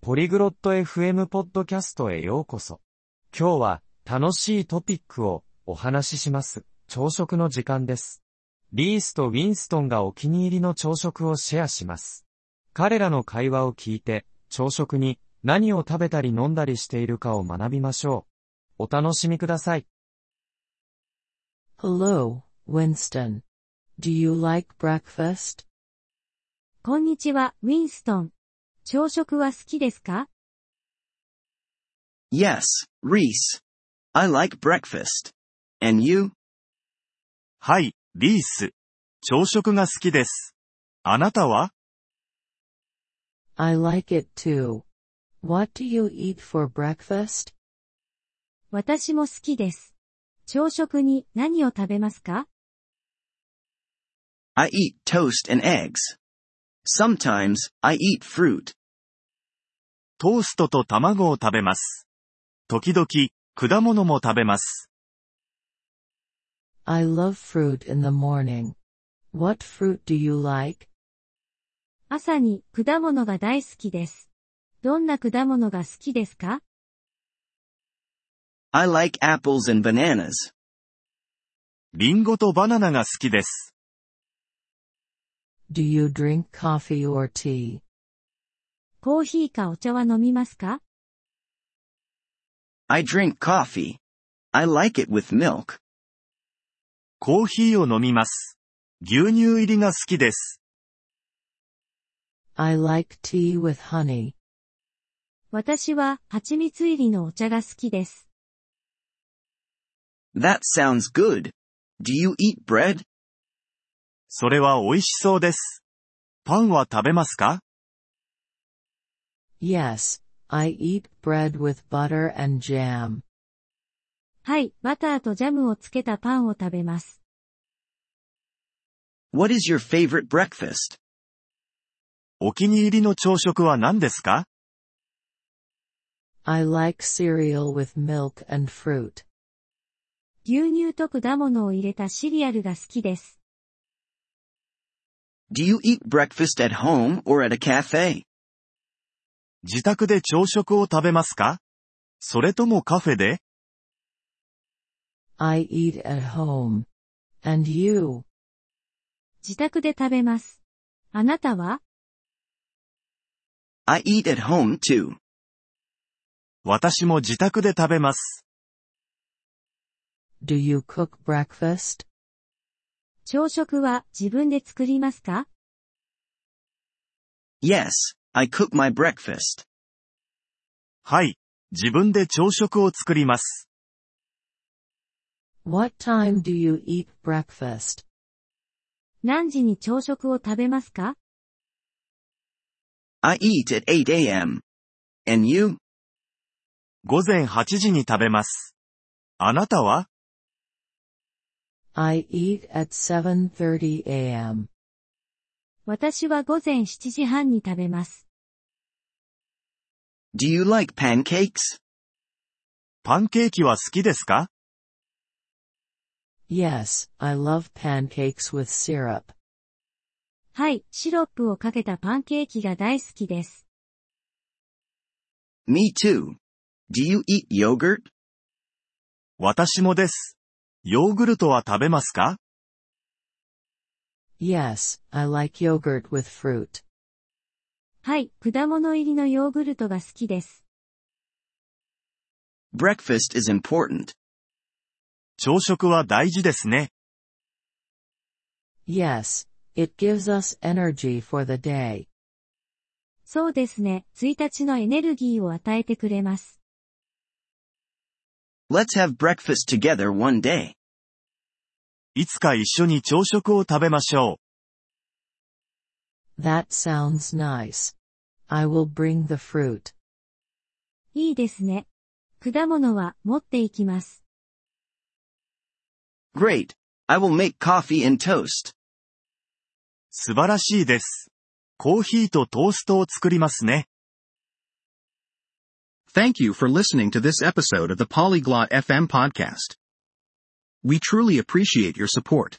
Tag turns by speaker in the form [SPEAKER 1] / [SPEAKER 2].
[SPEAKER 1] ポリグロット FM ポッドキャストへようこそ。今日は楽しいトピックをお話しします。朝食の時間です。リースとウィンストンがお気に入りの朝食をシェアします。彼らの会話を聞いて、朝食に何を食べたり飲んだりしているかを学びましょう。お楽しみください。
[SPEAKER 2] Hello, Winston. Do you like breakfast?
[SPEAKER 3] こんにちは、ウィンストン。朝食は好きですか
[SPEAKER 4] ?Yes, Reese. I like breakfast. And you?
[SPEAKER 5] はい、リース。朝食が好きです。あなたは
[SPEAKER 2] ?I like it too. What do you eat for breakfast?
[SPEAKER 3] 私も好きです。朝食に何を食べますか
[SPEAKER 4] ?I eat toast and eggs. Sometimes, I eat fruit.
[SPEAKER 5] トーストと卵を食べます。時々、果物も食べます。
[SPEAKER 2] I love fruit in the morning. What fruit do you like?
[SPEAKER 3] 朝に果物が大好きです。どんな果物が好きですか
[SPEAKER 4] ?I like apples and bananas.
[SPEAKER 5] リンゴとバナナが好きです。
[SPEAKER 2] Do you drink coffee or tea?
[SPEAKER 3] コーヒーかお茶は飲みますか
[SPEAKER 4] ?I drink coffee. I like it with milk.
[SPEAKER 5] コーヒーを飲みます。牛乳入りが好きです。
[SPEAKER 2] I like tea with honey.
[SPEAKER 3] 私は蜂蜜入りのお茶が好きです。
[SPEAKER 4] That sounds good. Do you eat bread?
[SPEAKER 5] それは美味しそうです。パンは食べますか
[SPEAKER 2] ?Yes, I eat bread with butter and jam.
[SPEAKER 3] はい、バターとジャムをつけたパンを食べます。
[SPEAKER 4] What is your favorite breakfast?
[SPEAKER 5] お気に入りの朝食は何ですか
[SPEAKER 2] ?I like cereal with milk and fruit.
[SPEAKER 3] 牛乳と果物を入れたシリアルが好きです。
[SPEAKER 4] Do you eat breakfast at home or at a cafe?
[SPEAKER 5] 自宅で朝食を食べますかそれともカフェで
[SPEAKER 2] ?I eat at home. And you?
[SPEAKER 3] 自宅で食べます。あなたは
[SPEAKER 4] ?I eat at home too.
[SPEAKER 5] 私も自宅で食べます。
[SPEAKER 2] Do you cook breakfast?
[SPEAKER 3] 朝食は自分で作りますか
[SPEAKER 4] ?Yes, I cook my breakfast.
[SPEAKER 5] はい、自分で朝食を作ります。
[SPEAKER 2] What time do you eat breakfast?
[SPEAKER 3] 何時に朝食を食べますか
[SPEAKER 4] ?I eat at 8 a.m. And you?
[SPEAKER 5] 午前8時に食べます。あなたは
[SPEAKER 2] I eat at 7:30 a.m.
[SPEAKER 3] 私は午前7時半に食べます。
[SPEAKER 4] Do you like pancakes?
[SPEAKER 5] パンケーキは好きですか
[SPEAKER 2] ?Yes, I love pancakes with syrup.
[SPEAKER 3] はい、シロップをかけたパンケーキが大好きです。
[SPEAKER 4] Me too. Do you eat yogurt?
[SPEAKER 5] 私もです。ヨーグルトは食べますか
[SPEAKER 2] ?Yes, I like yogurt with fruit.
[SPEAKER 3] はい、果物入りのヨーグルトが好きです。
[SPEAKER 4] Breakfast is important.
[SPEAKER 5] 朝食は大事ですね。
[SPEAKER 2] Yes, it gives us energy for the day.
[SPEAKER 3] そうですね、1日のエネルギーを与えてくれます。
[SPEAKER 4] Let's have breakfast together one day.
[SPEAKER 5] いつか一緒に朝食を食べましょ
[SPEAKER 2] う。That sounds nice. I will bring the fruit.
[SPEAKER 3] いいですね。果物は持っていきます。
[SPEAKER 4] Great. I will make coffee and toast.
[SPEAKER 5] 素晴らしいです。コーヒーとトーストを作りますね。
[SPEAKER 6] Thank you for listening to this episode of the Polyglot FM podcast. We truly appreciate your support.